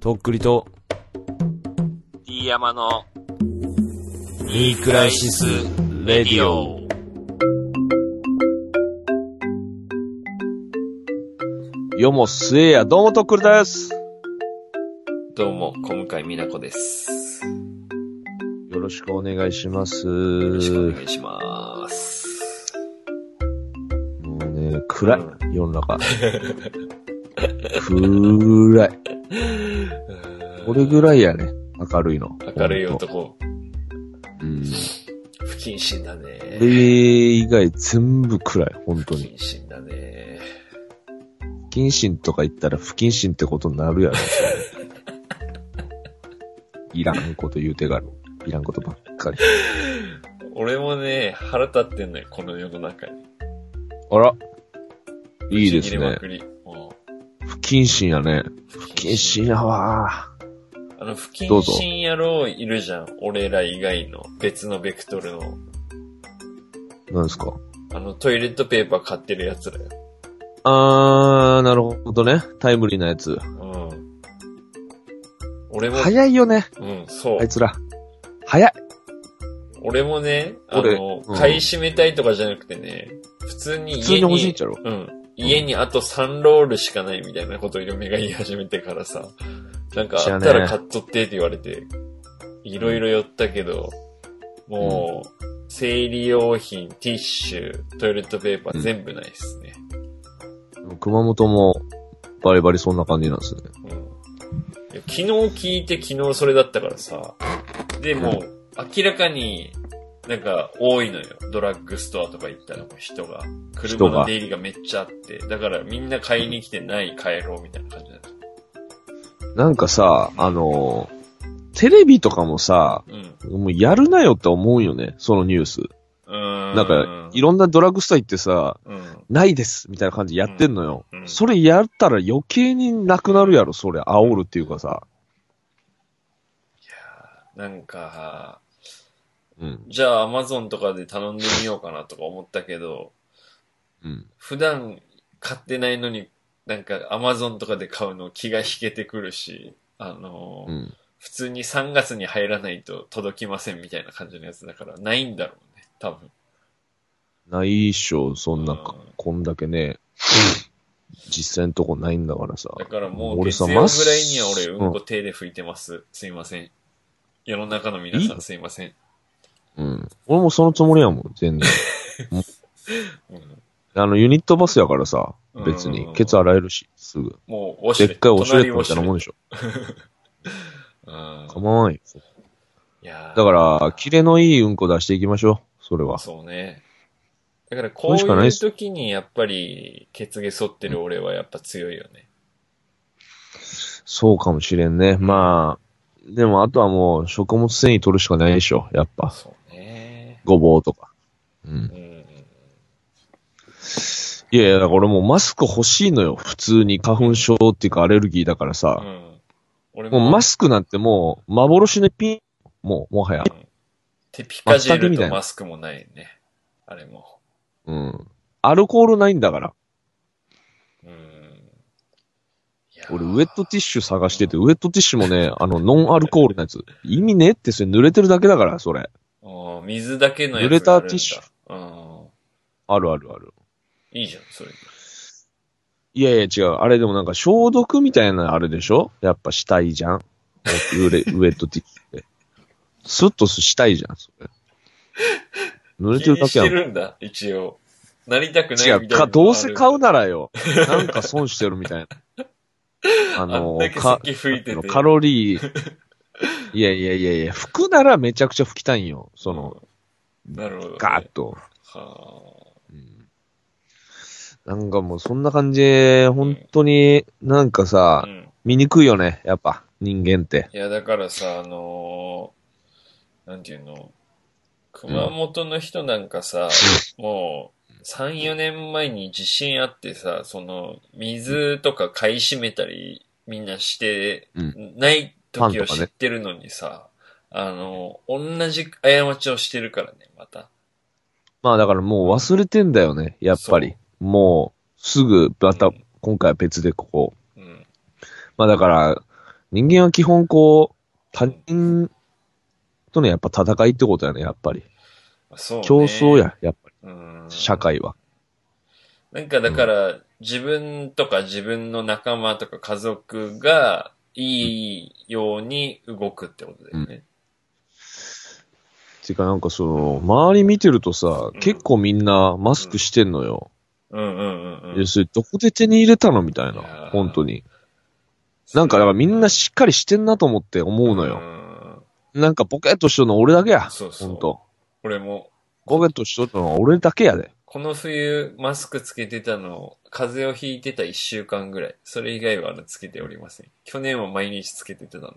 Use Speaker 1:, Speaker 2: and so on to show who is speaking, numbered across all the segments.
Speaker 1: とっくりと、
Speaker 2: D 山の、
Speaker 1: いいクライシス・レディオ。よもすえや、どうもとっくりです。
Speaker 2: どうも、小向井美奈子です。よ
Speaker 1: よろしくお願いします。
Speaker 2: ろしくお
Speaker 1: も
Speaker 2: 願いします。
Speaker 1: うね、暗い、世の 中。暗い。これぐらいやね、明るいの。
Speaker 2: 明るい男、
Speaker 1: うん。
Speaker 2: 不謹慎だ
Speaker 1: これ
Speaker 2: ね。
Speaker 1: 以外全部暗い、本
Speaker 2: 不
Speaker 1: 当に。
Speaker 2: 謹慎だね。
Speaker 1: 不謹慎とか言ったら不謹慎ってことにな るやろ。いらんこと言うてがる。いらんことばっかり。
Speaker 2: 俺もね、腹立ってんのよ、この世の中に。
Speaker 1: あら。いいです
Speaker 2: ぶち切れま
Speaker 1: ね
Speaker 2: く。りも
Speaker 1: 不謹慎やね。
Speaker 2: う不
Speaker 1: 不謹慎やわ
Speaker 2: あの、不
Speaker 1: どう
Speaker 2: 謹
Speaker 1: ぞ
Speaker 2: 慎野郎いるじゃん。俺ら以外の、別のベクトルの。
Speaker 1: ー。なんですか。
Speaker 2: あの、トイレットペーパー買ってる奴らよ。
Speaker 1: あー、なるほどね。タイムリーなやつ。
Speaker 2: うん。俺も、
Speaker 1: 早いよね、
Speaker 2: うん、そう
Speaker 1: あい。つら。早い。
Speaker 2: 俺もね、あ
Speaker 1: 俺
Speaker 2: の、
Speaker 1: うん
Speaker 2: 買い占めたいとかじゃなくてね、普通に
Speaker 1: 普通に
Speaker 2: 家
Speaker 1: 欲
Speaker 2: に、
Speaker 1: しいんちゃろ。
Speaker 2: うん。家にあと3ロールしかないみたいなことを嫁が言い始めてからさ、なんか
Speaker 1: 知
Speaker 2: あ
Speaker 1: ら
Speaker 2: っ
Speaker 1: ねえ
Speaker 2: たら買っとってって言われて、いろいろ寄ったけど、もう、生理用品、ティッシュ、トイレットペーパー全部ないっすね。
Speaker 1: 熊本も、バリバリそんな感じなんですね。
Speaker 2: うん。いや昨日聞いて昨日それだったからさ、でもう、明らかになんか多いのよ。ドラッグストアとか行ったらもう人が。車の出入りがめっちゃあって。だからみんな買いに来てない帰ろうみたいな感じだった。
Speaker 1: なんかさ、あのー、テレビとかもさ、
Speaker 2: うん。
Speaker 1: もうやるなよって思うよね、そのニュース。
Speaker 2: うーん。
Speaker 1: なんか、いろんなドラッグストア行ってさ、
Speaker 2: うん。
Speaker 1: ないですみたいな感じでやってんのよ。
Speaker 2: うんうん
Speaker 1: それやったら余計になくなるやろ、それ。煽るっていうかさ。
Speaker 2: なんか、
Speaker 1: うん。
Speaker 2: じゃあアマゾンとかで頼んでみようかなとか思ったけど、
Speaker 1: うん。
Speaker 2: 普段買ってないのに、なんかアマゾンとかで買うの気が引けてくるし、あのー
Speaker 1: うん。
Speaker 2: 普通に3月に入らないと届きませんみたいな感じのやつだから、ないんだろうね、多分。
Speaker 1: ないっしょ、そんなか
Speaker 2: うん、
Speaker 1: こんだけね、実際のとこないんだからさ。
Speaker 2: だからもう
Speaker 1: 俺
Speaker 2: 月
Speaker 1: さ
Speaker 2: 曜ぐら
Speaker 1: ま
Speaker 2: い
Speaker 1: っす
Speaker 2: には俺、うんこ手で拭いてます。すいません。世の中の皆さんすいません。
Speaker 1: うん。俺もそのつもりやもん、全 然。
Speaker 2: うん
Speaker 1: あの、ユニットバスやからさ、別
Speaker 2: うんうんう
Speaker 1: に。
Speaker 2: ん
Speaker 1: ケツ洗えるし、すぐ。
Speaker 2: もう、ウォシ
Speaker 1: で
Speaker 2: ュレ
Speaker 1: っ
Speaker 2: ッ
Speaker 1: かい
Speaker 2: ト。
Speaker 1: オシュレットみたいな
Speaker 2: 隣
Speaker 1: もん
Speaker 2: ウォ
Speaker 1: で
Speaker 2: シ
Speaker 1: しょ。
Speaker 2: ュレット。うん。
Speaker 1: 構わんよ。
Speaker 2: いやー
Speaker 1: だから、キレのいいうんこ出していきましょう、それは。
Speaker 2: そうね。だからこ
Speaker 1: こ
Speaker 2: う
Speaker 1: れしかない
Speaker 2: い
Speaker 1: っ
Speaker 2: う
Speaker 1: す
Speaker 2: 時にやっぱり、ケツ毛剃ってる俺はやっぱ強いよね。
Speaker 1: そうかもしれんね。まあ、でもあとはもう食物繊維取るしかないでしょ、やっぱ。
Speaker 2: そうね。
Speaker 1: ごぼうとか。う。
Speaker 2: うんん。
Speaker 1: いやいや、だから俺もうマスク欲しいのよ、普通に花粉症っていうかアレルギーだから
Speaker 2: う
Speaker 1: さ。
Speaker 2: ん。俺
Speaker 1: もうマ
Speaker 2: ス
Speaker 1: スクなんてもう幻のピン、もう、もはや。
Speaker 2: テピカジェ
Speaker 1: 全く
Speaker 2: ル
Speaker 1: みた
Speaker 2: と
Speaker 1: いな
Speaker 2: マスクもないね。あれも。
Speaker 1: うん。アルコールないんだから。
Speaker 2: うん。いやー
Speaker 1: 俺、ウェットティッシュ探してて、ウェットティッシュもね、あの、ノンアルコールのやつ。意味ねえって、それ濡れてるだけだから、それ。
Speaker 2: あー水だけのや
Speaker 1: 濡れ
Speaker 2: つ
Speaker 1: た
Speaker 2: があるんだ。
Speaker 1: ティッシュ
Speaker 2: うん。
Speaker 1: あるあるある。
Speaker 2: いいじゃん、それ。
Speaker 1: いやいや、違う。あれでもなんか消毒みたいなあれでしょやっぱしたいじゃん。ウレウェットティッシュって。スッとしたいじゃん、それ。濡れて
Speaker 2: 気
Speaker 1: る
Speaker 2: に
Speaker 1: だ
Speaker 2: し
Speaker 1: けや
Speaker 2: て
Speaker 1: ん。
Speaker 2: るんだ、一応。なりたくないみたい
Speaker 1: 違
Speaker 2: な
Speaker 1: うか、どうせ買
Speaker 2: う
Speaker 1: うならよ。なんか損してるみたいな。あ
Speaker 2: あん
Speaker 1: の
Speaker 2: だ、け
Speaker 1: か
Speaker 2: 咳吹いてて。
Speaker 1: カロリー。 いやいやいやいや、拭くならめちゃくちゃ拭きたいんよ。その、
Speaker 2: なるほど、ね。
Speaker 1: ガーッと。
Speaker 2: は
Speaker 1: うんなんかもうそんな感じで、本当になんか
Speaker 2: あ。
Speaker 1: さ
Speaker 2: う、ん。
Speaker 1: 醜いよね、やっぱ、人間って。
Speaker 2: いや、だからさ、あのーなんていうの、熊本の人なんかさ、もう、3、4年前に地震あってさ、その、水とか買い占めたり、みんなして
Speaker 1: う、
Speaker 2: ない
Speaker 1: パン
Speaker 2: 時
Speaker 1: と
Speaker 2: を
Speaker 1: か
Speaker 2: 知
Speaker 1: ね
Speaker 2: ってるのにさ、あの、同じ過ちをしてるからね、また。
Speaker 1: まあだからもう忘れてんだよね、やっぱり。もう、すぐ、ま
Speaker 2: う
Speaker 1: た
Speaker 2: ん、
Speaker 1: 今回は別でここ。
Speaker 2: うん。
Speaker 1: まあだから、人間は基本こう、他人とのやっぱ戦いってことやね、やっぱり。
Speaker 2: そう、ね。
Speaker 1: 競争や、やっぱり、
Speaker 2: うん。
Speaker 1: 社会は。
Speaker 2: なんかだから、自分とか自分の仲間とか家族がいいように動くってことだよね。
Speaker 1: てかなんかその、周り見てるとさ
Speaker 2: ん、
Speaker 1: 結構みんなマスクしてんのよ。
Speaker 2: うんうんうんうん
Speaker 1: 要。するに、どこで手に入れたのみたい
Speaker 2: いやー
Speaker 1: な、本当に。なんか、だからみんなしっかりしてんなと思って思うのよ。
Speaker 2: よ。
Speaker 1: なんかボケっとしとるの俺だけや。
Speaker 2: そうそう
Speaker 1: ほんと。
Speaker 2: 俺も、
Speaker 1: ボケっとしとるの俺だけやで。
Speaker 2: この冬マスクつけてたの、風邪をひいてた一週間ぐらい。それ以外はつけておりません。去年は毎日つけてたのに。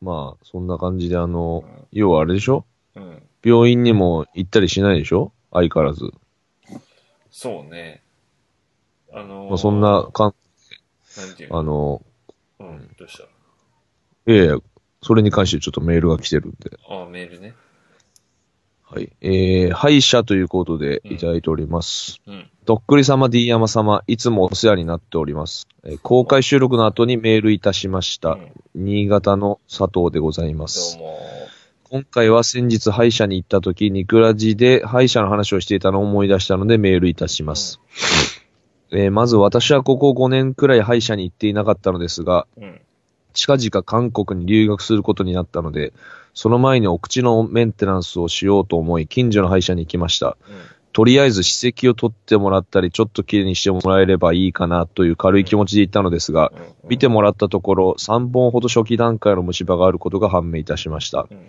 Speaker 1: まあ、そんな感じで、あの
Speaker 2: うん、
Speaker 1: 要はあれでしょ
Speaker 2: うん。
Speaker 1: 病院にも行ったりしないでしょ相変わらず。
Speaker 2: そうね。あのー
Speaker 1: まあ、そんな、かん、
Speaker 2: なんていうの
Speaker 1: あの、
Speaker 2: うん、どうした
Speaker 1: いやいや、それに関してちょっとメールが来てるんで。
Speaker 2: ああ、メールね。
Speaker 1: はい。えー、歯医者ということでいただいております。
Speaker 2: うん。
Speaker 1: どっくり様、D 山様、いつもお世話になっております。えー公開収録の後にメールいたしまし
Speaker 2: う
Speaker 1: た。
Speaker 2: ん
Speaker 1: 新潟の佐藤でございま
Speaker 2: どう
Speaker 1: す。
Speaker 2: も。
Speaker 1: 今回は先日歯医者に行った時、ニクラジで歯医者の話をしていたのを思い出したのでメールいたします。えーまず私はここ5年くらい歯医者に行っていなかったのですが、
Speaker 2: うん。
Speaker 1: 近々韓国に留学することになったので、その前にお口のメンテナンスをしようと思い、近所の歯医者に行きました。
Speaker 2: うん。
Speaker 1: とりあえず歯石を取ってもらったり、ちょっと綺麗にしてもらえればいいかなという軽い気持ちで行ったのですが、
Speaker 2: うん
Speaker 1: 見てもらったところ、3本ほど初期段階の虫歯があることが判明いたしました。
Speaker 2: うん。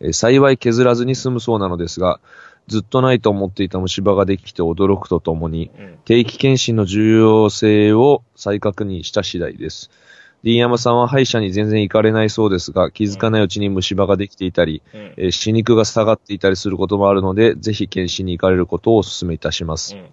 Speaker 1: えー幸い削らずに済むそうなのですが、ずっとないと思っていた虫歯ができて驚くとともに、
Speaker 2: うん。
Speaker 1: 定期検診の重要性を再確認した次第です。D 山さんは歯医者に全然行かれないそうですが、気づかないうちに虫歯ができていたり、
Speaker 2: うん。
Speaker 1: えー歯肉が下がっていたりすることもあるので、ぜひ検診に行かれることをお勧めいたします。
Speaker 2: うん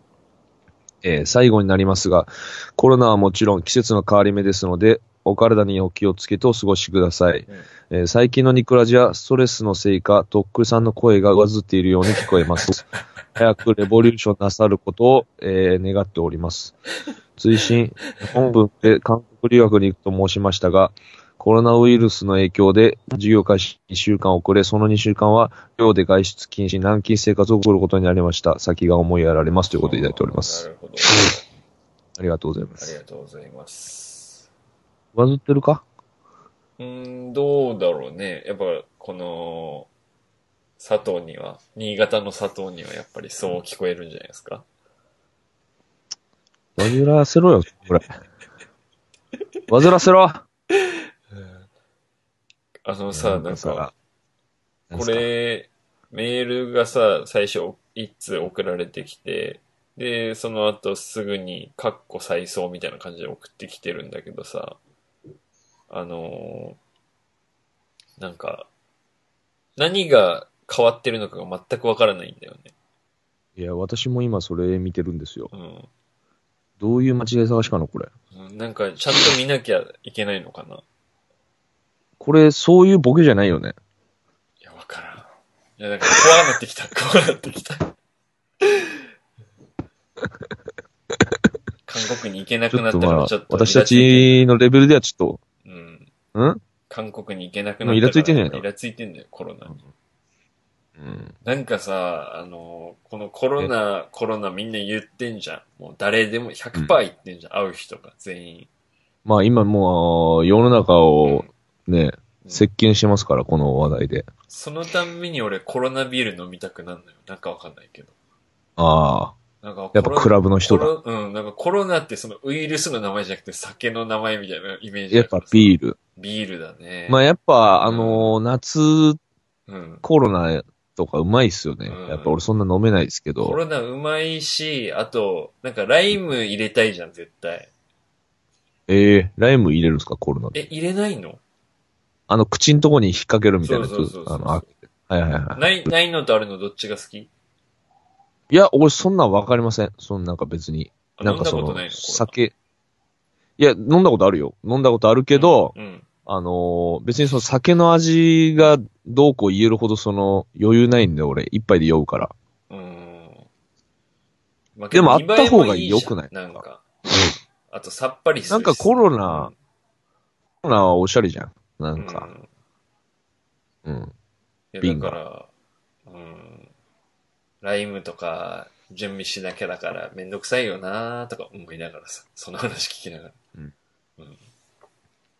Speaker 1: えー最後になりますが、コロナはもちろん季節の変わり目ですので、お体にお気をつけてお過ごしください。
Speaker 2: うん
Speaker 1: えー最近のニクラジはストレスのせいか、とっくりさんの声が上ずっているように聞こえ ます。早くレボリューションなさることを、えー願っております。追伸、本文で韓国留学に行くと申しましたが、コロナウイルスの影響で授業開始2週間遅れ、その2週間は寮で外出禁止、軟禁生活を送ることになりました。先が思いやられますということでいただいております。
Speaker 2: なるほど。
Speaker 1: ありがとうございま
Speaker 2: あり
Speaker 1: す。
Speaker 2: がとうございます。
Speaker 1: バズってるか
Speaker 2: うーん、どうだろうね。やっぱ、この、佐藤には、新潟の佐藤にはやっぱりそう聞こえるんじゃないですか。
Speaker 1: わずらせろよ、これ。わずらせろ
Speaker 2: あのさ、なんか、、こ、れ、メールがさ、最初、一通送られてきて、で、その後すぐに、カッコ再送みたいな感じで送ってきてるんだけどさ、あのーなんか、何が変わってるのかが全くわからないんだよね。
Speaker 1: いや、私も今それ見てるんですよ。
Speaker 2: うん。
Speaker 1: どういう間違い探しかな、これ。
Speaker 2: うんなんか、ちゃんと見なきゃいけないのかな。い
Speaker 1: これ、そういうボケじゃないよね。
Speaker 2: や、わからん。いや、なんか怖くなってきた、 怖くなって きた。韓国に行けな
Speaker 1: ち
Speaker 2: く
Speaker 1: ょ
Speaker 2: な
Speaker 1: っ
Speaker 2: っ
Speaker 1: と
Speaker 2: た
Speaker 1: ま
Speaker 2: か
Speaker 1: あ
Speaker 2: ら、ちょっ、と。
Speaker 1: 私た、ちのレベルではちょっ
Speaker 2: うん。
Speaker 1: と、ん
Speaker 2: 韓国に行けなくな
Speaker 1: も
Speaker 2: ったから。
Speaker 1: うイラついてんじゃないの
Speaker 2: イラついてんだよ、コロナに。
Speaker 1: うん。
Speaker 2: なんかさ、あの、このコロナ、コロナみんな言ってんじゃん。もう誰でも100%言ってんじゃん。会う人が全員。
Speaker 1: まあ今もう、世の中をね、
Speaker 2: うん
Speaker 1: 席巻してますから、この話題で。
Speaker 2: そのたんびに俺コロナビール飲みたくなるのよ。なんかわかんないけど。
Speaker 1: ああ、
Speaker 2: なんか
Speaker 1: やっぱクラブの人
Speaker 2: コ
Speaker 1: だ。
Speaker 2: ロうん、なんかコロナってそのウイルスの名前じゃなくて酒の名前みたいなイメージ
Speaker 1: やっぱビ
Speaker 2: ール。
Speaker 1: ール。
Speaker 2: ビールだね。
Speaker 1: まあやっぱ、あのー夏
Speaker 2: うん。
Speaker 1: コロナとかうまいっすよね。
Speaker 2: うん
Speaker 1: やっぱ俺そんな飲めないですけ
Speaker 2: コ
Speaker 1: ど。
Speaker 2: ロナうまいし、あと、なんかライム入れたいじゃん、絶対。
Speaker 1: ええライム入れるんですか、コロナって。
Speaker 2: え、入れないの
Speaker 1: あの、口んとこに引っ掛けるみたいなやつ。
Speaker 2: そうそうそうそう
Speaker 1: あの、あはいはいはい。
Speaker 2: ない、ないのとあるのどっちが好き
Speaker 1: いや、俺そんなんわかりません。そんなんか別に。
Speaker 2: あ
Speaker 1: なんか
Speaker 2: 飲
Speaker 1: そ
Speaker 2: んだこと
Speaker 1: の
Speaker 2: ないの、
Speaker 1: 酒。いや、飲んだことあるよ。飲んだことあるけど、
Speaker 2: うん。
Speaker 1: あのー別にその酒の味がどうこう言えるほどその余裕ないんで俺、一杯で酔うから。
Speaker 2: うん。まあ
Speaker 1: でも
Speaker 2: けど
Speaker 1: あった方が
Speaker 2: 見栄えもじゃ
Speaker 1: 良
Speaker 2: ん
Speaker 1: くない
Speaker 2: なんか。あとさっぱりするし
Speaker 1: なんかコロナ、ーナーはおしゃれじゃん。な
Speaker 2: うん
Speaker 1: か、うん。
Speaker 2: いや
Speaker 1: 瓶
Speaker 2: だから、うん。ライムとか準備しなきゃだからめんどくさいよなーとか思いながらさ、その話聞きながら。
Speaker 1: うん
Speaker 2: うん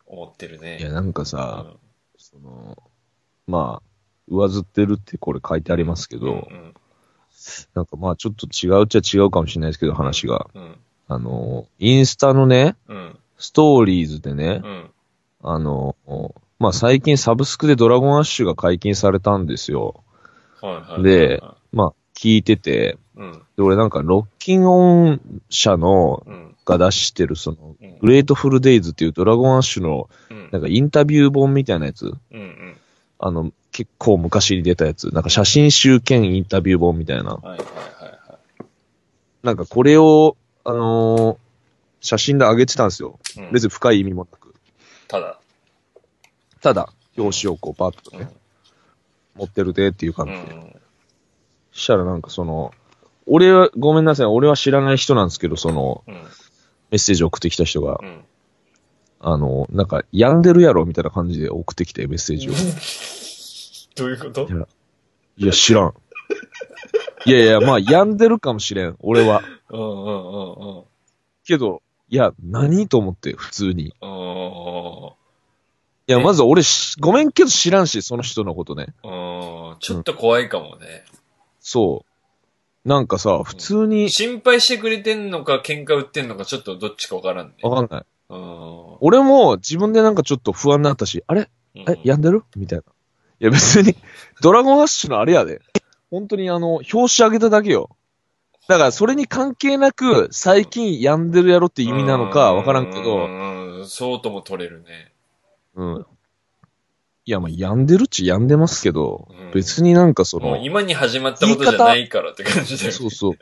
Speaker 2: 思ってるね。
Speaker 1: いや、なんかさ、
Speaker 2: うん
Speaker 1: その、まあ、上ずってるってこれ書いてありますけど、
Speaker 2: うん
Speaker 1: なんかまあちょっと違うっちゃ違うかもしれないですけど、話が。
Speaker 2: うん。
Speaker 1: あの、インスタのね、
Speaker 2: うん。
Speaker 1: ストーリーズでね、
Speaker 2: うん。
Speaker 1: あの、まあ最近サブスクでドラゴンアッシュが解禁されたんですよ。
Speaker 2: はいはい。
Speaker 1: でまあ聞いてて、
Speaker 2: うん。
Speaker 1: で、俺なんかロッキンオン社の
Speaker 2: うん。
Speaker 1: が出してるその、
Speaker 2: うん。
Speaker 1: グレートフルデイズっていうドラゴンアッシュの
Speaker 2: うん
Speaker 1: なんかインタビュー本みたいなやつ、
Speaker 2: うんうん。
Speaker 1: あの、結構昔に出たやつ、なんか写真集兼インタビュー本みたいな。
Speaker 2: はいはいはいは
Speaker 1: なんかこれを、あのー写真で上げてたんですよ。
Speaker 2: い。うん
Speaker 1: 別に深い意味もなく。
Speaker 2: ただ。
Speaker 1: ただ、表紙をこうバッと
Speaker 2: う
Speaker 1: ね
Speaker 2: ん、。
Speaker 1: 持ってるでっていう感
Speaker 2: う
Speaker 1: じで。
Speaker 2: ん。
Speaker 1: したらなんかその、俺は、ごめんなさい、俺は知らない人なんですけど、その、
Speaker 2: うん。
Speaker 1: メッセージ送ってきた人が
Speaker 2: う、ん。
Speaker 1: あの、なんか、病んでるやろみたいな感じで送ってきて、メッセージを。
Speaker 2: どういうこと
Speaker 1: いや、知らん。いやいや、まあ、病んでるかもしれん、俺は。
Speaker 2: うんうんうんうん。
Speaker 1: けど、いや、何と思って、普通に。
Speaker 2: あ
Speaker 1: いや、
Speaker 2: え
Speaker 1: まず俺し、ごめんけど知らんし、その人のことね。
Speaker 2: あ、うんちょっと怖いかもね。
Speaker 1: そう。なんかさ、普通に、
Speaker 2: 心配してくれてんのか、喧嘩売ってんのか、ちょっとどっちかわからんね。
Speaker 1: わかんない。
Speaker 2: うん。
Speaker 1: 俺も自分でなんかちょっと不安になったし、あれえ、病んでるみたいな。いや別に、ドラゴンアッシュのあれやで。本当にあの、表紙上げただけよ。だからそれに関係なく、最近病んでるやろって意味なのかわからんけ
Speaker 2: う
Speaker 1: ど、
Speaker 2: んうん、そうとも取れるね。
Speaker 1: うん。いや、まあ病んでるっちゃ病んでますけど
Speaker 2: うん、
Speaker 1: 別になんかそ
Speaker 2: も
Speaker 1: の
Speaker 2: う、今に始まったことじゃないからって感じだよね。
Speaker 1: そうそう。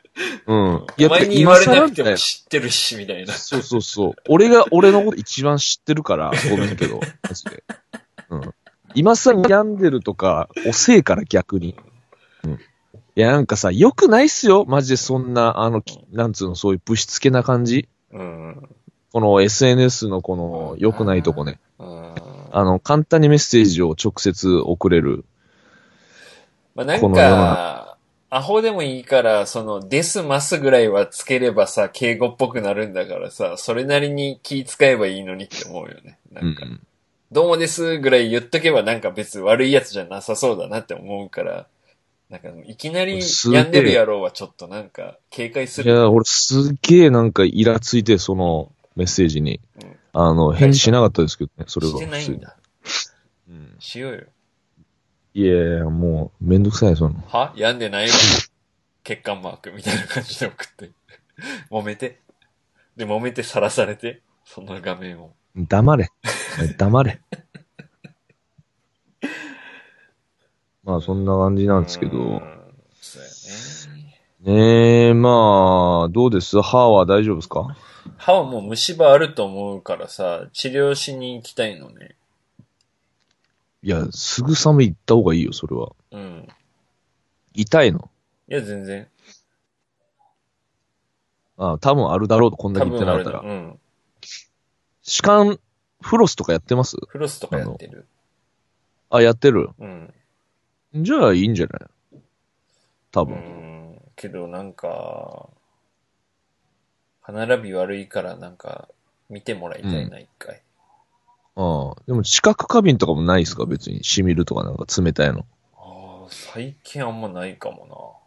Speaker 1: うん。
Speaker 2: お前に言われなくて
Speaker 1: いや
Speaker 2: も
Speaker 1: だよ
Speaker 2: 知ってるし、みたいな。
Speaker 1: そうそうそう。俺が俺のこと一番知ってる から、ごめんけど、マジで。うん。今さ、病んでるとか、遅えから逆に。うん。いや、なんかさ、良くないっすよ。マジでそんな、あの、きなんつうの、そういうぶしつけな感じ。
Speaker 2: うん。
Speaker 1: この SNS のこの、良くないとこね。
Speaker 2: うん。
Speaker 1: あの、簡単にメッセージを直接送れる。
Speaker 2: まあ、な
Speaker 1: こ
Speaker 2: ん
Speaker 1: の世の
Speaker 2: か、アホでもいいから、その、ですますぐらいはつければさ、敬語っぽくなるんだからさ、それなりに気使えばいいのにって思うよね。な
Speaker 1: うん
Speaker 2: か、
Speaker 1: ん。
Speaker 2: どうもですぐらい言っとけばなんか別に悪いやつじゃなさそうだなって思うから、なんかいきなり
Speaker 1: すげえ
Speaker 2: 病んでるやろうはちょっとなんか警戒す
Speaker 1: い
Speaker 2: る。
Speaker 1: や、俺すっげえなんかイラついて、その、メッセージに
Speaker 2: うん。
Speaker 1: あの、返事しなかったですけどね、それは。
Speaker 2: してないんだ。
Speaker 1: うん。
Speaker 2: しようよ。
Speaker 1: いやいや、もう、めんどくさい、その。
Speaker 2: は病んでないわ。血管マークみたいな感じで送って。 揉めて。で、揉めてさらされて。その画面を。
Speaker 1: 黙 れ。黙れ。まあ、そんな感じなんですけ
Speaker 2: うー
Speaker 1: ど。
Speaker 2: ん。そうやね。
Speaker 1: ねえ、まあ、どうです歯は大丈夫ですか
Speaker 2: 歯はもう虫歯あると思うからさ、治療しに行きたいのね。
Speaker 1: いや、すぐさめ行った方がいいよ、それは。
Speaker 2: うん。
Speaker 1: 痛いの。
Speaker 2: いや、全然。
Speaker 1: ああ多分あるだろうと、こんだ
Speaker 2: 多
Speaker 1: け言って
Speaker 2: 分
Speaker 1: な
Speaker 2: あ
Speaker 1: かった
Speaker 2: る
Speaker 1: ら
Speaker 2: の。。うん。
Speaker 1: 歯間、フロスとかやってます
Speaker 2: フロスとかやってる。
Speaker 1: あ、やってる。
Speaker 2: うん。
Speaker 1: じゃあ、いいんじゃない多
Speaker 2: う
Speaker 1: 分。
Speaker 2: ん。けど、なんか、歯並び悪いから、なんか、見てもらいたいな、一回。
Speaker 1: ああ。でも、知覚過敏とかもないですか別に。染みるとかなんか冷たいの。
Speaker 2: ああ、最近あんまないかも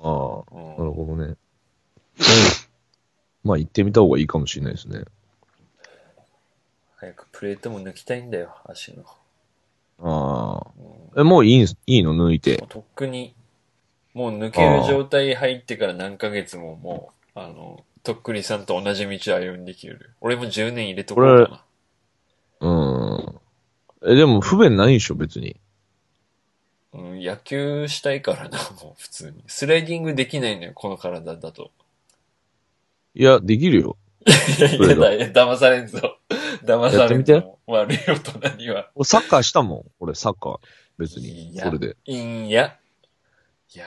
Speaker 1: ああ。
Speaker 2: な。うん。
Speaker 1: なるほどね。まあ行ってみた方がいいかもしれないですね。
Speaker 2: 早くプレートも抜きたいんだよ、足の。
Speaker 1: ああ。
Speaker 2: うんも
Speaker 1: え、もういいんすいいの抜いて
Speaker 2: う。とっくに、もう抜ける状態入ってから何ヶ月ももう、あの、とっくりさんと同じ道を歩んできる。俺も10年入れとこうかな。
Speaker 1: うん。え、でも不便ないでしょ、別に。
Speaker 2: うん、野球したいからな、もう普通に。スライディングできないのよ、この体だと。
Speaker 1: いや、できるよ。
Speaker 2: いやい
Speaker 1: そう
Speaker 2: や
Speaker 1: いうの
Speaker 2: だ、いや騙されんぞ。騙されん
Speaker 1: やって
Speaker 2: ぞ。悪い大人には。
Speaker 1: 俺サッカーしたもん。俺サッカー。別に
Speaker 2: い。や
Speaker 1: それで。
Speaker 2: いんや。いやー、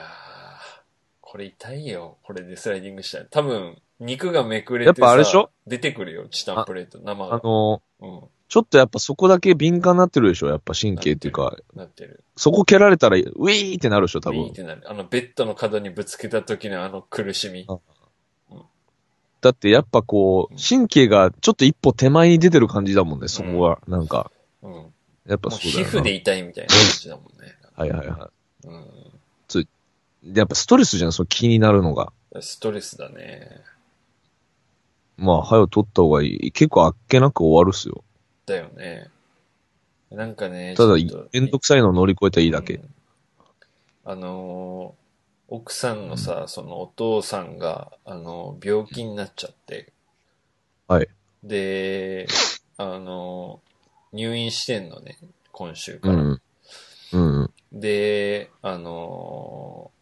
Speaker 2: これ痛いよ。これでスライディングしたら。多分、肉がめくれて
Speaker 1: や
Speaker 2: さ
Speaker 1: っぱあれでしょ
Speaker 2: 出てくるよ、チタンプレート、生
Speaker 1: あ
Speaker 2: が。
Speaker 1: の、
Speaker 2: うん。
Speaker 1: ちょっとやっぱそこだけ敏感になってるでしょやっぱ神経っていうか、
Speaker 2: なってる。
Speaker 1: そこ蹴られたら、ウィーってなるでしょ多
Speaker 2: ウィー
Speaker 1: 分
Speaker 2: っ。てなる。あの、ベッドの角にぶつけた時のあの苦しみ
Speaker 1: あ。だってやっぱこう、神経がちょっと一歩手前に出てる感じだもんね、そこは。なんか、
Speaker 2: うん。も
Speaker 1: やっぱ
Speaker 2: う
Speaker 1: そうだ
Speaker 2: 皮
Speaker 1: よな
Speaker 2: 膚で痛いみたいな感じだもんね。
Speaker 1: はいはいは
Speaker 2: うん。
Speaker 1: い。でやっぱストレスじゃん、そう気になるのが。
Speaker 2: ストレスだね。
Speaker 1: まあ、早く取った方がいい。結構あっけなく終わるっすよ。
Speaker 2: だよね。なんかね、
Speaker 1: ただ、
Speaker 2: ちょっと
Speaker 1: めんどくさいのを乗り越えたらいいだ
Speaker 2: う
Speaker 1: け。
Speaker 2: んあのー奥さんのさ、そのお父さんが、あのー病気になっちゃって。
Speaker 1: はい。
Speaker 2: で、あのー入院してんのね、今週か
Speaker 1: う
Speaker 2: ら。
Speaker 1: ん。うん。
Speaker 2: で、あのー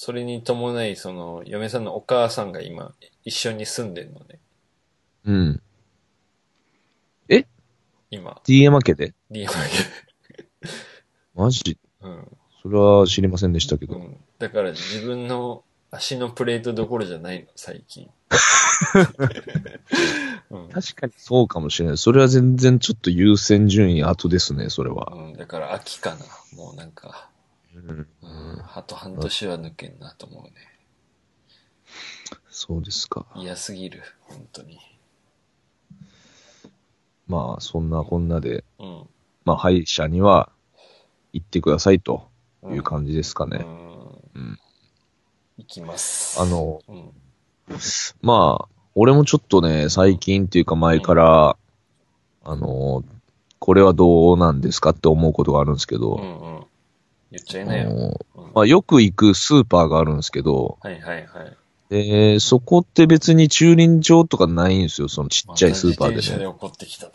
Speaker 2: それに伴い、その、嫁さんのお母さんが今、一緒に住んでんのね。
Speaker 1: うん。
Speaker 2: 今、
Speaker 1: DM 明けで
Speaker 2: DM
Speaker 1: マジ
Speaker 2: うん。
Speaker 1: それは知りませんでしたけ
Speaker 2: う
Speaker 1: ど。
Speaker 2: ん。だから自分の足のプレートどころじゃないの、最 近。うん
Speaker 1: 確かにそうかもしれない。それは全然ちょっと優先順位後ですね、それは。
Speaker 2: うん、だから秋かな。もうなんか、
Speaker 1: うん。
Speaker 2: うん、あと半年は抜けんなと思うね。
Speaker 1: そうですか。
Speaker 2: 嫌すぎる、本当に。
Speaker 1: まあ、そんなこんなで、
Speaker 2: うん。
Speaker 1: まあ、歯医者には行ってくださいと
Speaker 2: うん
Speaker 1: いう感じですか
Speaker 2: う
Speaker 1: ね。
Speaker 2: ん。
Speaker 1: うん。
Speaker 2: いきます。
Speaker 1: あ、の、
Speaker 2: うん。
Speaker 1: まあ、俺もちょっとね、最近っていうか前から、あの、これはどうなんですかって思うことがあるんですけ
Speaker 2: う
Speaker 1: ど、
Speaker 2: んうん。言っちゃ
Speaker 1: あ
Speaker 2: いなよ。
Speaker 1: の
Speaker 2: うん
Speaker 1: まあ、よく行くスーパーがあるんですけど、
Speaker 2: はいはいはい。
Speaker 1: で、そこって別に駐輪場とかないんですよ、そのちっちゃいスーパー
Speaker 2: また自転車
Speaker 1: で
Speaker 2: で
Speaker 1: ね。
Speaker 2: 怒ってきたな。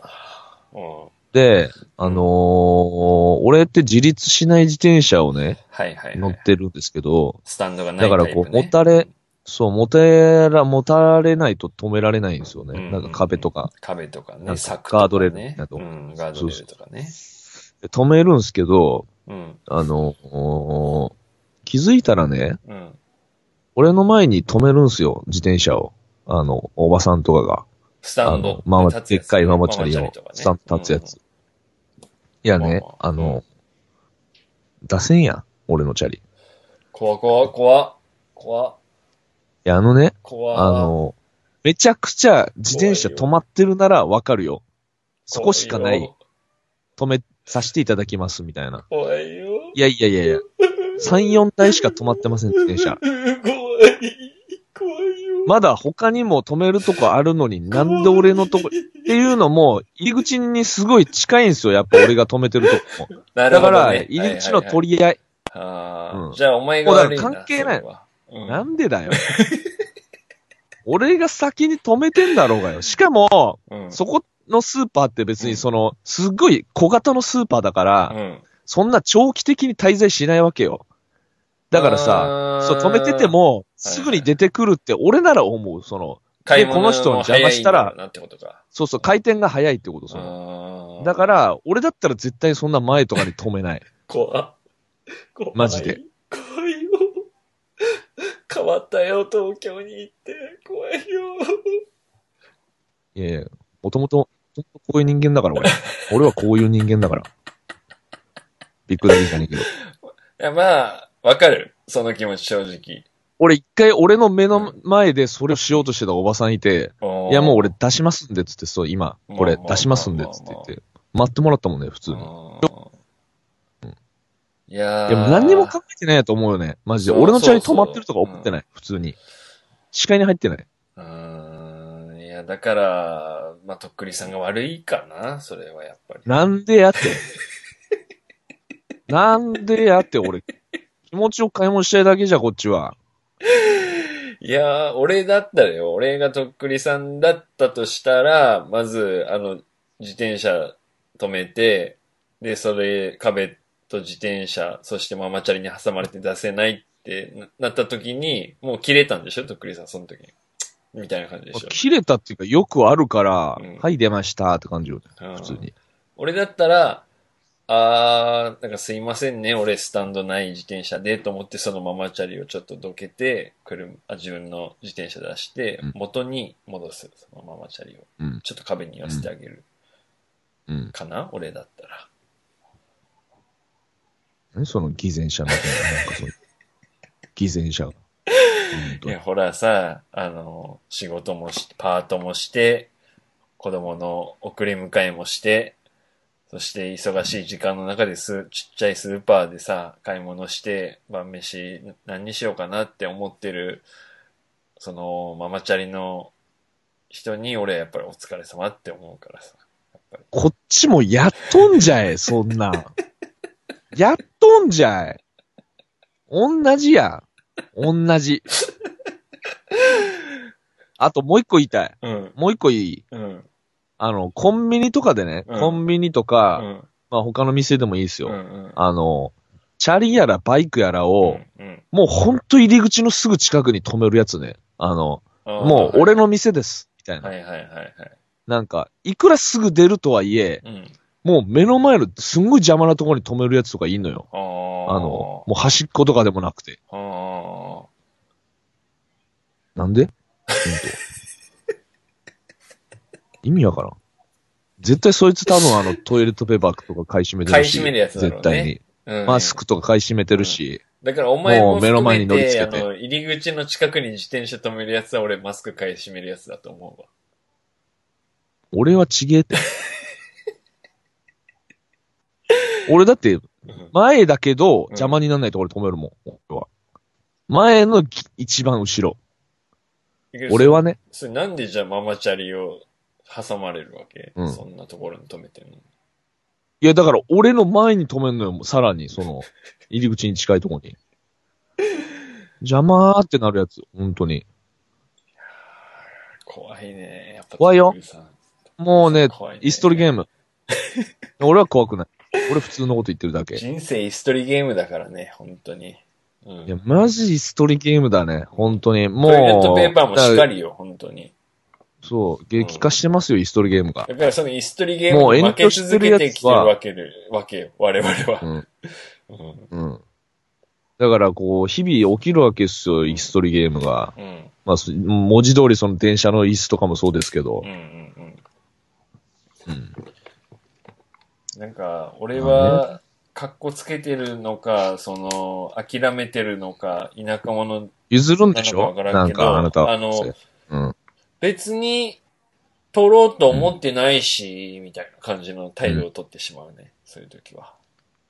Speaker 2: うん。
Speaker 1: で、あのー俺って自立しない自転車をね、
Speaker 2: はいはい
Speaker 1: 乗
Speaker 2: は
Speaker 1: っ
Speaker 2: い。
Speaker 1: てるんですけど、
Speaker 2: スタンドが
Speaker 1: だ
Speaker 2: ないタイ
Speaker 1: か
Speaker 2: プ、
Speaker 1: ら
Speaker 2: ね。
Speaker 1: こう、もたれ、そう、もたら、もたれないと止められないんですよ
Speaker 2: うんうんう
Speaker 1: ね。
Speaker 2: ん
Speaker 1: なんか壁とか。
Speaker 2: 壁とか
Speaker 1: な
Speaker 2: ね、
Speaker 1: んか
Speaker 2: 柵とか、ね。
Speaker 1: ガードレールみたいなと
Speaker 2: う
Speaker 1: こ
Speaker 2: ん、ガードレールとかね。
Speaker 1: で止めるんですけど、
Speaker 2: うん、
Speaker 1: あのー気づいたらね、
Speaker 2: うん。
Speaker 1: 俺の前に止めるんですよ、自転車を。あの、おばさんとかが。
Speaker 2: スタ
Speaker 1: あ
Speaker 2: ンド
Speaker 1: の、。まあ、
Speaker 2: 立つ
Speaker 1: で
Speaker 2: や
Speaker 1: っ
Speaker 2: つ
Speaker 1: かいママチャリ
Speaker 2: ママ
Speaker 1: を
Speaker 2: とかね
Speaker 1: スタンプ立つやつ。いやね
Speaker 2: ま、あ
Speaker 1: あ
Speaker 2: まあ
Speaker 1: の、出せんやん、俺のチャリ。い
Speaker 2: 怖怖怖怖
Speaker 1: や、あのね、
Speaker 2: 怖
Speaker 1: あの、めちゃくちゃ自転車止まってるならわかるよ。そこしかない。。止めさせていただきます、みたいな。
Speaker 2: 怖いよ。
Speaker 1: いやいやいやいや。3、4台しか止まってません、自転車。
Speaker 2: 怖い。怖いよ。
Speaker 1: まだ他にも止めるとこあるのになんで俺のとこ、っていうのも、入り口にすごい近いんですよ、やっぱ俺が止めてるとこも。
Speaker 2: なる
Speaker 1: だ
Speaker 2: ほ
Speaker 1: か
Speaker 2: ど、
Speaker 1: ら、
Speaker 2: ね。
Speaker 1: 入り口の取
Speaker 2: り。
Speaker 1: り合い。
Speaker 2: あー
Speaker 1: うん
Speaker 2: じゃあお前が悪いな。
Speaker 1: もうだから関係ない
Speaker 2: それは。うん
Speaker 1: なんでだよ。俺が先に止めてんだろうがよ。しかも、
Speaker 2: うん。
Speaker 1: そこのスーパーって別にその、すっごい小型のスーパーだから、
Speaker 2: うん。
Speaker 1: そんな長期的に滞在しないわけよ。だからさ、
Speaker 2: あー
Speaker 1: そう止めてて、も、すぐに出てくるって俺なら思う。その、
Speaker 2: 買い物
Speaker 1: この人の邪魔したら
Speaker 2: も早いんだろうなってことか。
Speaker 1: そうそう、回転が早いってこと、その。
Speaker 2: あー
Speaker 1: だから、俺だったら絶対そんな前とかに止めない。
Speaker 2: 怖怖い
Speaker 1: マジで。
Speaker 2: 怖いよ。変わったよ、東京に行って。怖いよ。
Speaker 1: いやいや、もともと、ほんとこういう人間だから、 俺。俺はこういう人間だから。ビッグダディじゃねえけど。
Speaker 2: いや、まあ、わかる。その気持ち、正直。
Speaker 1: 俺一回俺の目の前でそれをしようとしてたおばさんいて、いやもう俺出しますんでっつって、そう今、これ
Speaker 2: まあまあ
Speaker 1: 出しますんでっつって言って、待ってもらったもんね、普通に。
Speaker 2: うんいやー
Speaker 1: いやもう何にも考えてないやと思うよね、マジで。
Speaker 2: そう
Speaker 1: 俺のチャリ
Speaker 2: そ
Speaker 1: 止
Speaker 2: う
Speaker 1: ま
Speaker 2: そう
Speaker 1: ってるとか思ってない、普通に。視界に入ってない。
Speaker 2: うーん。いや、だから、まあ、とっくりさんが悪いかな。それはやっぱり。
Speaker 1: なんでやって。 なんでやって、俺。気持ちを買い物したいだけじゃ、こっちは。
Speaker 2: いやー、俺だったらよ。俺がとっくりさんだったとしたら、まず、あの、自転車止めて、で、それ、壁と自転車、そしてママチャリに挟まれて出せないってななった時に、もう切れたんでしょとっくりさん、その時に。みたいな感じでしょ。
Speaker 1: 切れたっていうか、よくあるから、
Speaker 2: うん
Speaker 1: はい、出ましたって感じよ、ね、
Speaker 2: うん
Speaker 1: 普通に。
Speaker 2: 俺だったら、あー、なんかすいませんね、俺スタンドない自転車でと思って、そのママチャリをちょっとどけて、車、あ自分の自転車出して
Speaker 1: うん、
Speaker 2: 元に戻す、そのママチャリを。
Speaker 1: うん。
Speaker 2: ちょっと壁に寄せてあげる。
Speaker 1: うん。
Speaker 2: かな俺だったら。
Speaker 1: 何その偽善者みたいな、なんかそう。偽善 者が。本当
Speaker 2: い
Speaker 1: に
Speaker 2: や、ほらさ、あの、仕事もし、パートもして、子供の送り迎えもして、そして忙しい時間の中です、ちっちゃいスーパーでさ、買い物して、晩飯何にしようかなって思ってる、その、ママチャリの人に、俺はやっぱりお疲れ様って思うからさ。やっぱり。
Speaker 1: こっちもやっとんじゃ え、そんなん。やっとんじゃえ。同じや。同じ。あともう一個言いたい。
Speaker 2: うん、
Speaker 1: もう一個いい。
Speaker 2: うん、
Speaker 1: あの、コンビニとかでね、
Speaker 2: うん
Speaker 1: コンビニと
Speaker 2: う
Speaker 1: か、
Speaker 2: ん、
Speaker 1: まあ他の店でもいいです
Speaker 2: う
Speaker 1: よ。
Speaker 2: ん、うん。
Speaker 1: あの、チャリやらバイクやら
Speaker 2: う
Speaker 1: を、
Speaker 2: ん、うん。
Speaker 1: もうほんと入り口のすぐ近くに止めるやつね。あの、も
Speaker 2: も
Speaker 1: う俺の店です。みたいな。
Speaker 2: はいはいはいはい。
Speaker 1: なんか、いくらすぐ出るとはいえ、
Speaker 2: うん。
Speaker 1: もう目の前のすんごい邪魔なところに止めるやつとかいんのよ。
Speaker 2: あの
Speaker 1: あの、もう端っことかでもなくて。
Speaker 2: ああ。
Speaker 1: なんで 本当意味わからん。絶対そいつ多分あのトイレットペーパーとか買い占めてるし。
Speaker 2: 買い占めるやつだろうね
Speaker 1: 絶対に。
Speaker 2: うん
Speaker 1: マスクとか買い占めてるし。
Speaker 2: だからお前
Speaker 1: も
Speaker 2: も
Speaker 1: う目の前に乗
Speaker 2: 含
Speaker 1: り
Speaker 2: め
Speaker 1: つけ
Speaker 2: て、あ
Speaker 1: て
Speaker 2: の、入り口の近くに自転車止めるやつは俺マスク買い占めるやつだと思うわ。
Speaker 1: 俺はちげえって。 俺だって、
Speaker 2: うん
Speaker 1: 前だけど邪魔にならないところで止めるもん。俺は。前のぎ一番後ろ。俺。はね。
Speaker 2: それなんでじゃあママチャリを挟まれるわけ、
Speaker 1: うん
Speaker 2: そんなところに止めてるの
Speaker 1: いや、だから俺の前に止めんのよ、さらに、そ の、入り口に近いとこに。邪魔ーってなるやつ、本当に。
Speaker 2: 怖いね。やっぱ
Speaker 1: 怖いよ。
Speaker 2: さん
Speaker 1: もうね、
Speaker 2: 怖いね
Speaker 1: イス取りゲー ム。俺は怖くない。俺普通のこと言ってるだけ。い
Speaker 2: 人生イストリゲームだからね、本当に。うん。
Speaker 1: や、マジイス取りゲームだね、本当に。も
Speaker 2: ト
Speaker 1: う。
Speaker 2: イレットペーパーもしっか
Speaker 1: り。
Speaker 2: りよ、本当に。
Speaker 1: そう、激化してますよ、イス取りゲームが。
Speaker 2: だからそのイストリゲーム
Speaker 1: もう
Speaker 2: に
Speaker 1: 遠
Speaker 2: 負け
Speaker 1: 慮
Speaker 2: 続
Speaker 1: してる
Speaker 2: け
Speaker 1: やつは
Speaker 2: てきてるわけで、わけよ、我々
Speaker 1: う
Speaker 2: は。
Speaker 1: ん、
Speaker 2: うん。
Speaker 1: うん。だから、こう、日々起きるわけですよ、イス取りゲームが。
Speaker 2: うん。
Speaker 1: まあ、そ文字通りその電車の椅子とかもそうですけど
Speaker 2: うんう。んうん。
Speaker 1: うん。
Speaker 2: なんか、俺は、かっこつけてるのか、その、諦めてるのか、田舎者、
Speaker 1: 譲るんでしょ
Speaker 2: なんかわか
Speaker 1: な
Speaker 2: らん
Speaker 1: ん
Speaker 2: けど
Speaker 1: かあなたは。
Speaker 2: あの
Speaker 1: うん。
Speaker 2: 別に、取ろうと思ってないし、みたいな感じの態度を取ってしまうね、そういう時は。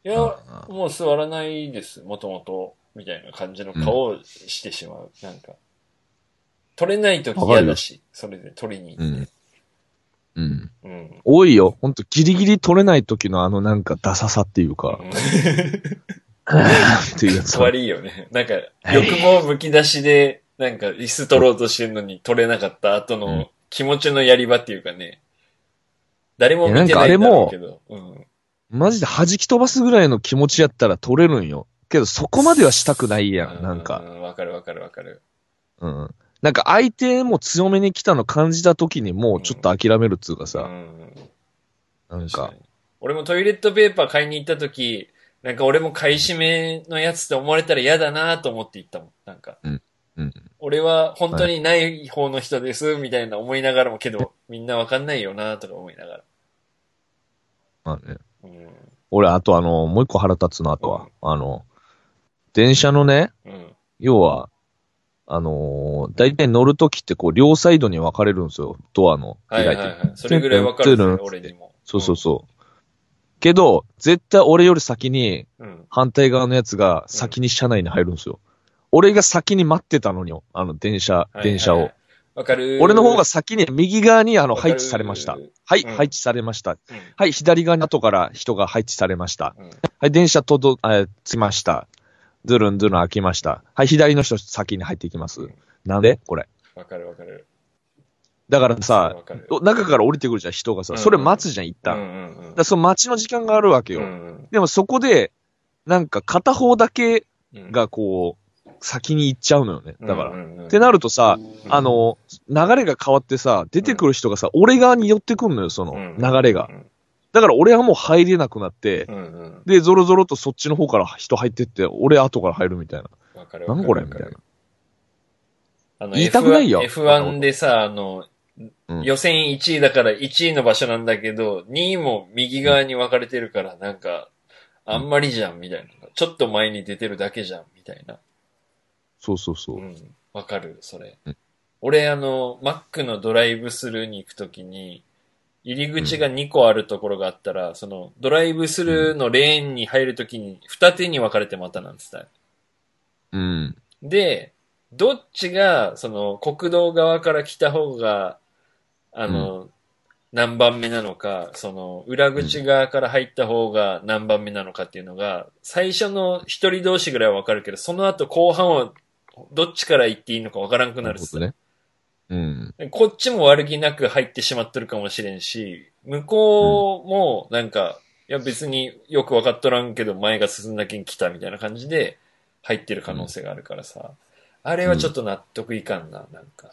Speaker 2: いや、
Speaker 1: あ
Speaker 2: もう座らないです、もともと、みたいな感じの顔をしてしまう、なんか。取れない時
Speaker 1: わか
Speaker 2: 嫌
Speaker 1: るよ
Speaker 2: だし、それで取りに行って。
Speaker 1: うん。
Speaker 2: うん。
Speaker 1: 多いよ。ほんと、ギリギリ取れない時のあのなんかダサさっていう か、っていうやつ。
Speaker 2: 悪いよね。なんか、欲望むき出しで、なんか、椅子取ろうとしてるのに取れなかった後
Speaker 1: う
Speaker 2: の
Speaker 1: ん
Speaker 2: 気持ちのやり場っていうかね。誰も見て
Speaker 1: いやなんか
Speaker 2: な
Speaker 1: あ
Speaker 2: い
Speaker 1: れ
Speaker 2: んだろ
Speaker 1: も
Speaker 2: うけど。うん。
Speaker 1: マジで弾き飛ばすぐらいの気持ちやったら取れるんよ。けど、そこまではしたくないやん。なん
Speaker 2: う
Speaker 1: か、
Speaker 2: う。わかるわかるわかる。
Speaker 1: うん。なんか相手も強めに来たの感じた時にもうちょっと諦めるっつうか
Speaker 2: う
Speaker 1: さ、
Speaker 2: ん。
Speaker 1: なん
Speaker 2: 確
Speaker 1: か
Speaker 2: か、に俺もトイレットペーパー買いに行った時、なんか俺も買い占めのやつって思われたら嫌だなと思って行ったもん。なんか。
Speaker 1: うん。
Speaker 2: 俺は本当にない方の人です、みたいな思いながらも、けど、みんなわかんないよなとか思いながら。
Speaker 1: まあね。
Speaker 2: うん。
Speaker 1: 俺、あとあの、もう一個腹立つの、あとは。あの、電車のね、
Speaker 2: うん。
Speaker 1: 要は、あのー、大体乗るときってこう、両サイドに分かれるんですよ、ドアの。
Speaker 2: はいはい
Speaker 1: 開いて
Speaker 2: はい。それぐらいわかる、ね、俺にも。
Speaker 1: そうそうそう。けど、絶対俺より先に、
Speaker 2: うん。うん。
Speaker 1: 反対側のやつが先に車内に入るんですよ。俺が先に待ってたのに、あの、電車、電車
Speaker 2: はいは
Speaker 1: を
Speaker 2: い。。わかる。
Speaker 1: 俺の方が、先に、右側にあの、
Speaker 2: わかる
Speaker 1: 配置されました。はい、
Speaker 2: うん
Speaker 1: 配置されました。
Speaker 2: うん
Speaker 1: はい、左側に後から人が配置されました。
Speaker 2: うん。
Speaker 1: はい、電車届、え、着きました。ズルンズルン開きました。はい、左の人先に入っていきます
Speaker 2: うん。
Speaker 1: なんでこれ。
Speaker 2: わかるわかる。
Speaker 1: だからさ
Speaker 2: わ、かる。
Speaker 1: お中から降りてくるじゃん、人が
Speaker 2: う
Speaker 1: さ。
Speaker 2: ん
Speaker 1: それ待つじゃん、一
Speaker 2: うん
Speaker 1: 旦。だか
Speaker 2: うんうん。
Speaker 1: らその待ちの時間があるわけ
Speaker 2: う
Speaker 1: よ。
Speaker 2: ん
Speaker 1: でもそこで、なんか片方だけ
Speaker 2: うん。
Speaker 1: がこう、先に行っちゃうのよね。
Speaker 2: うん、
Speaker 1: だから。
Speaker 2: ら
Speaker 1: ってなるとさ、
Speaker 2: うん
Speaker 1: あ、の、流れが変わってさ、出てくる人がさ、俺側に寄ってくんのよ、その
Speaker 2: うん
Speaker 1: 流れが。だから俺はもう入れなくなって
Speaker 2: う、んうん。
Speaker 1: で、ゾロゾロとそっちの方から人入ってって、俺後から入るみたいな。
Speaker 2: わかるわかる。
Speaker 1: なんこれ
Speaker 2: わ
Speaker 1: み
Speaker 2: か
Speaker 1: たい
Speaker 2: る
Speaker 1: な。
Speaker 2: あの
Speaker 1: 言いたくないよ
Speaker 2: F1 F1 でさ、あの、
Speaker 1: うん
Speaker 2: 予選1位だから1位の場所なんだけど、2位も右側に分かれてるから、なんか、あんまりじゃん、みたいな。ちょっと前に出てるだけじゃん、みたいな。
Speaker 1: そうそうそうう。
Speaker 2: ん。わかる、それ
Speaker 1: うん。
Speaker 2: 俺、あの、マックのドライブスルーに行くときに、入り口が2個あるところがあったら、その、ドライブスルーのレーンに入るときに、二手に分かれてまたなんつったよ
Speaker 1: うん。
Speaker 2: で、どっちが、その、国道側から来た方が、あの、何番目なのか、その、裏口側から入った方が何番目なのかっていうのが、最初の一人同士ぐらいはわかるけど、その後後半は、どっちから行っていいのかわからんくなるっ
Speaker 1: こ
Speaker 2: す
Speaker 1: とね。うん。
Speaker 2: こっちも悪気なく入ってしまってるかもしれんし、向こうもなんか、いや別によく分かっとらんけど前が進んだけん来たみたいな感じで入ってる可能性があるからさ、あれはちょっと納得いかんな、なんか。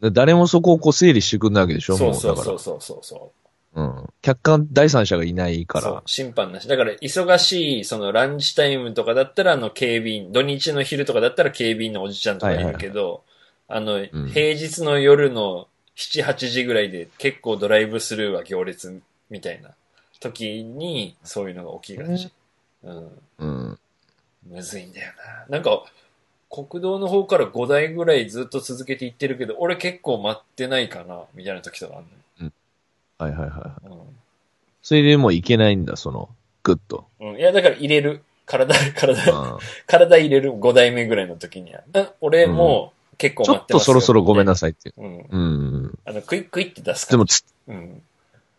Speaker 1: で誰もそこをこう整理してくんだわけでしょ
Speaker 2: そう
Speaker 1: も
Speaker 2: そう
Speaker 1: だ
Speaker 2: そう
Speaker 1: か
Speaker 2: そうそうそう。
Speaker 1: ら。うん。客観、第三者がいないか
Speaker 2: そう
Speaker 1: ら。
Speaker 2: 審判なし。だから忙しい、そのランチタイムとかだったらあの警備員、土日の昼とかだったら警備員のおじちゃんとかいるけど、あ
Speaker 1: う
Speaker 2: の、
Speaker 1: ん
Speaker 2: 平日の夜の7、8時ぐらいで結構ドライブスルーは行列みたいな時にそういうのが起きがち。うん。
Speaker 1: うん。
Speaker 2: むずいんだよな。なんか、国道の方から5台ぐらいずっと続けていってるけど、俺結構待ってないかな、みたいな時とかあ
Speaker 1: はいはいはいはい。
Speaker 2: るのよ。
Speaker 1: それでもういけないんだ、その、グッと。
Speaker 2: うん。うん。いや、だから入れる。体、
Speaker 1: う
Speaker 2: 体、
Speaker 1: ん。
Speaker 2: 体入れる5台目ぐらいの時には。うん俺もう結構
Speaker 1: ちょ
Speaker 2: 待っ
Speaker 1: って
Speaker 2: ま
Speaker 1: と
Speaker 2: す
Speaker 1: そ
Speaker 2: よ
Speaker 1: ろそろごめんなさいっていう。
Speaker 2: うん。
Speaker 1: うん。
Speaker 2: あの、クイックイって出すか
Speaker 1: で
Speaker 2: ら。
Speaker 1: もつ、
Speaker 2: うん。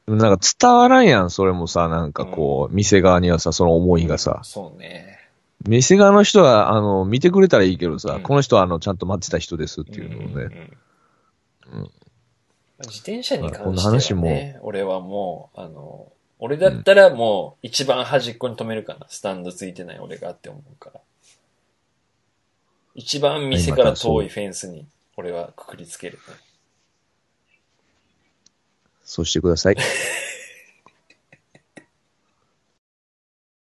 Speaker 1: なんか伝わらんやん、それもさ、なんかこう、店側にはさ、その思いがさ。
Speaker 2: そうね。
Speaker 1: 店側の人は、あの、見てくれたらいいけどさ、
Speaker 2: うん
Speaker 1: この人は、あの、ちゃんと待ってた人ですっていうのをね。
Speaker 2: うんうん
Speaker 1: うん
Speaker 2: 自転車に
Speaker 1: こ
Speaker 2: 関
Speaker 1: の話
Speaker 2: しては
Speaker 1: も
Speaker 2: ね、俺はもう、あの、俺だったらもう一番端っこに止めるかな。スタンドついてない俺がって思うから。一番店から遠いフェンスに俺はくくりつけるね。
Speaker 1: そうしてください。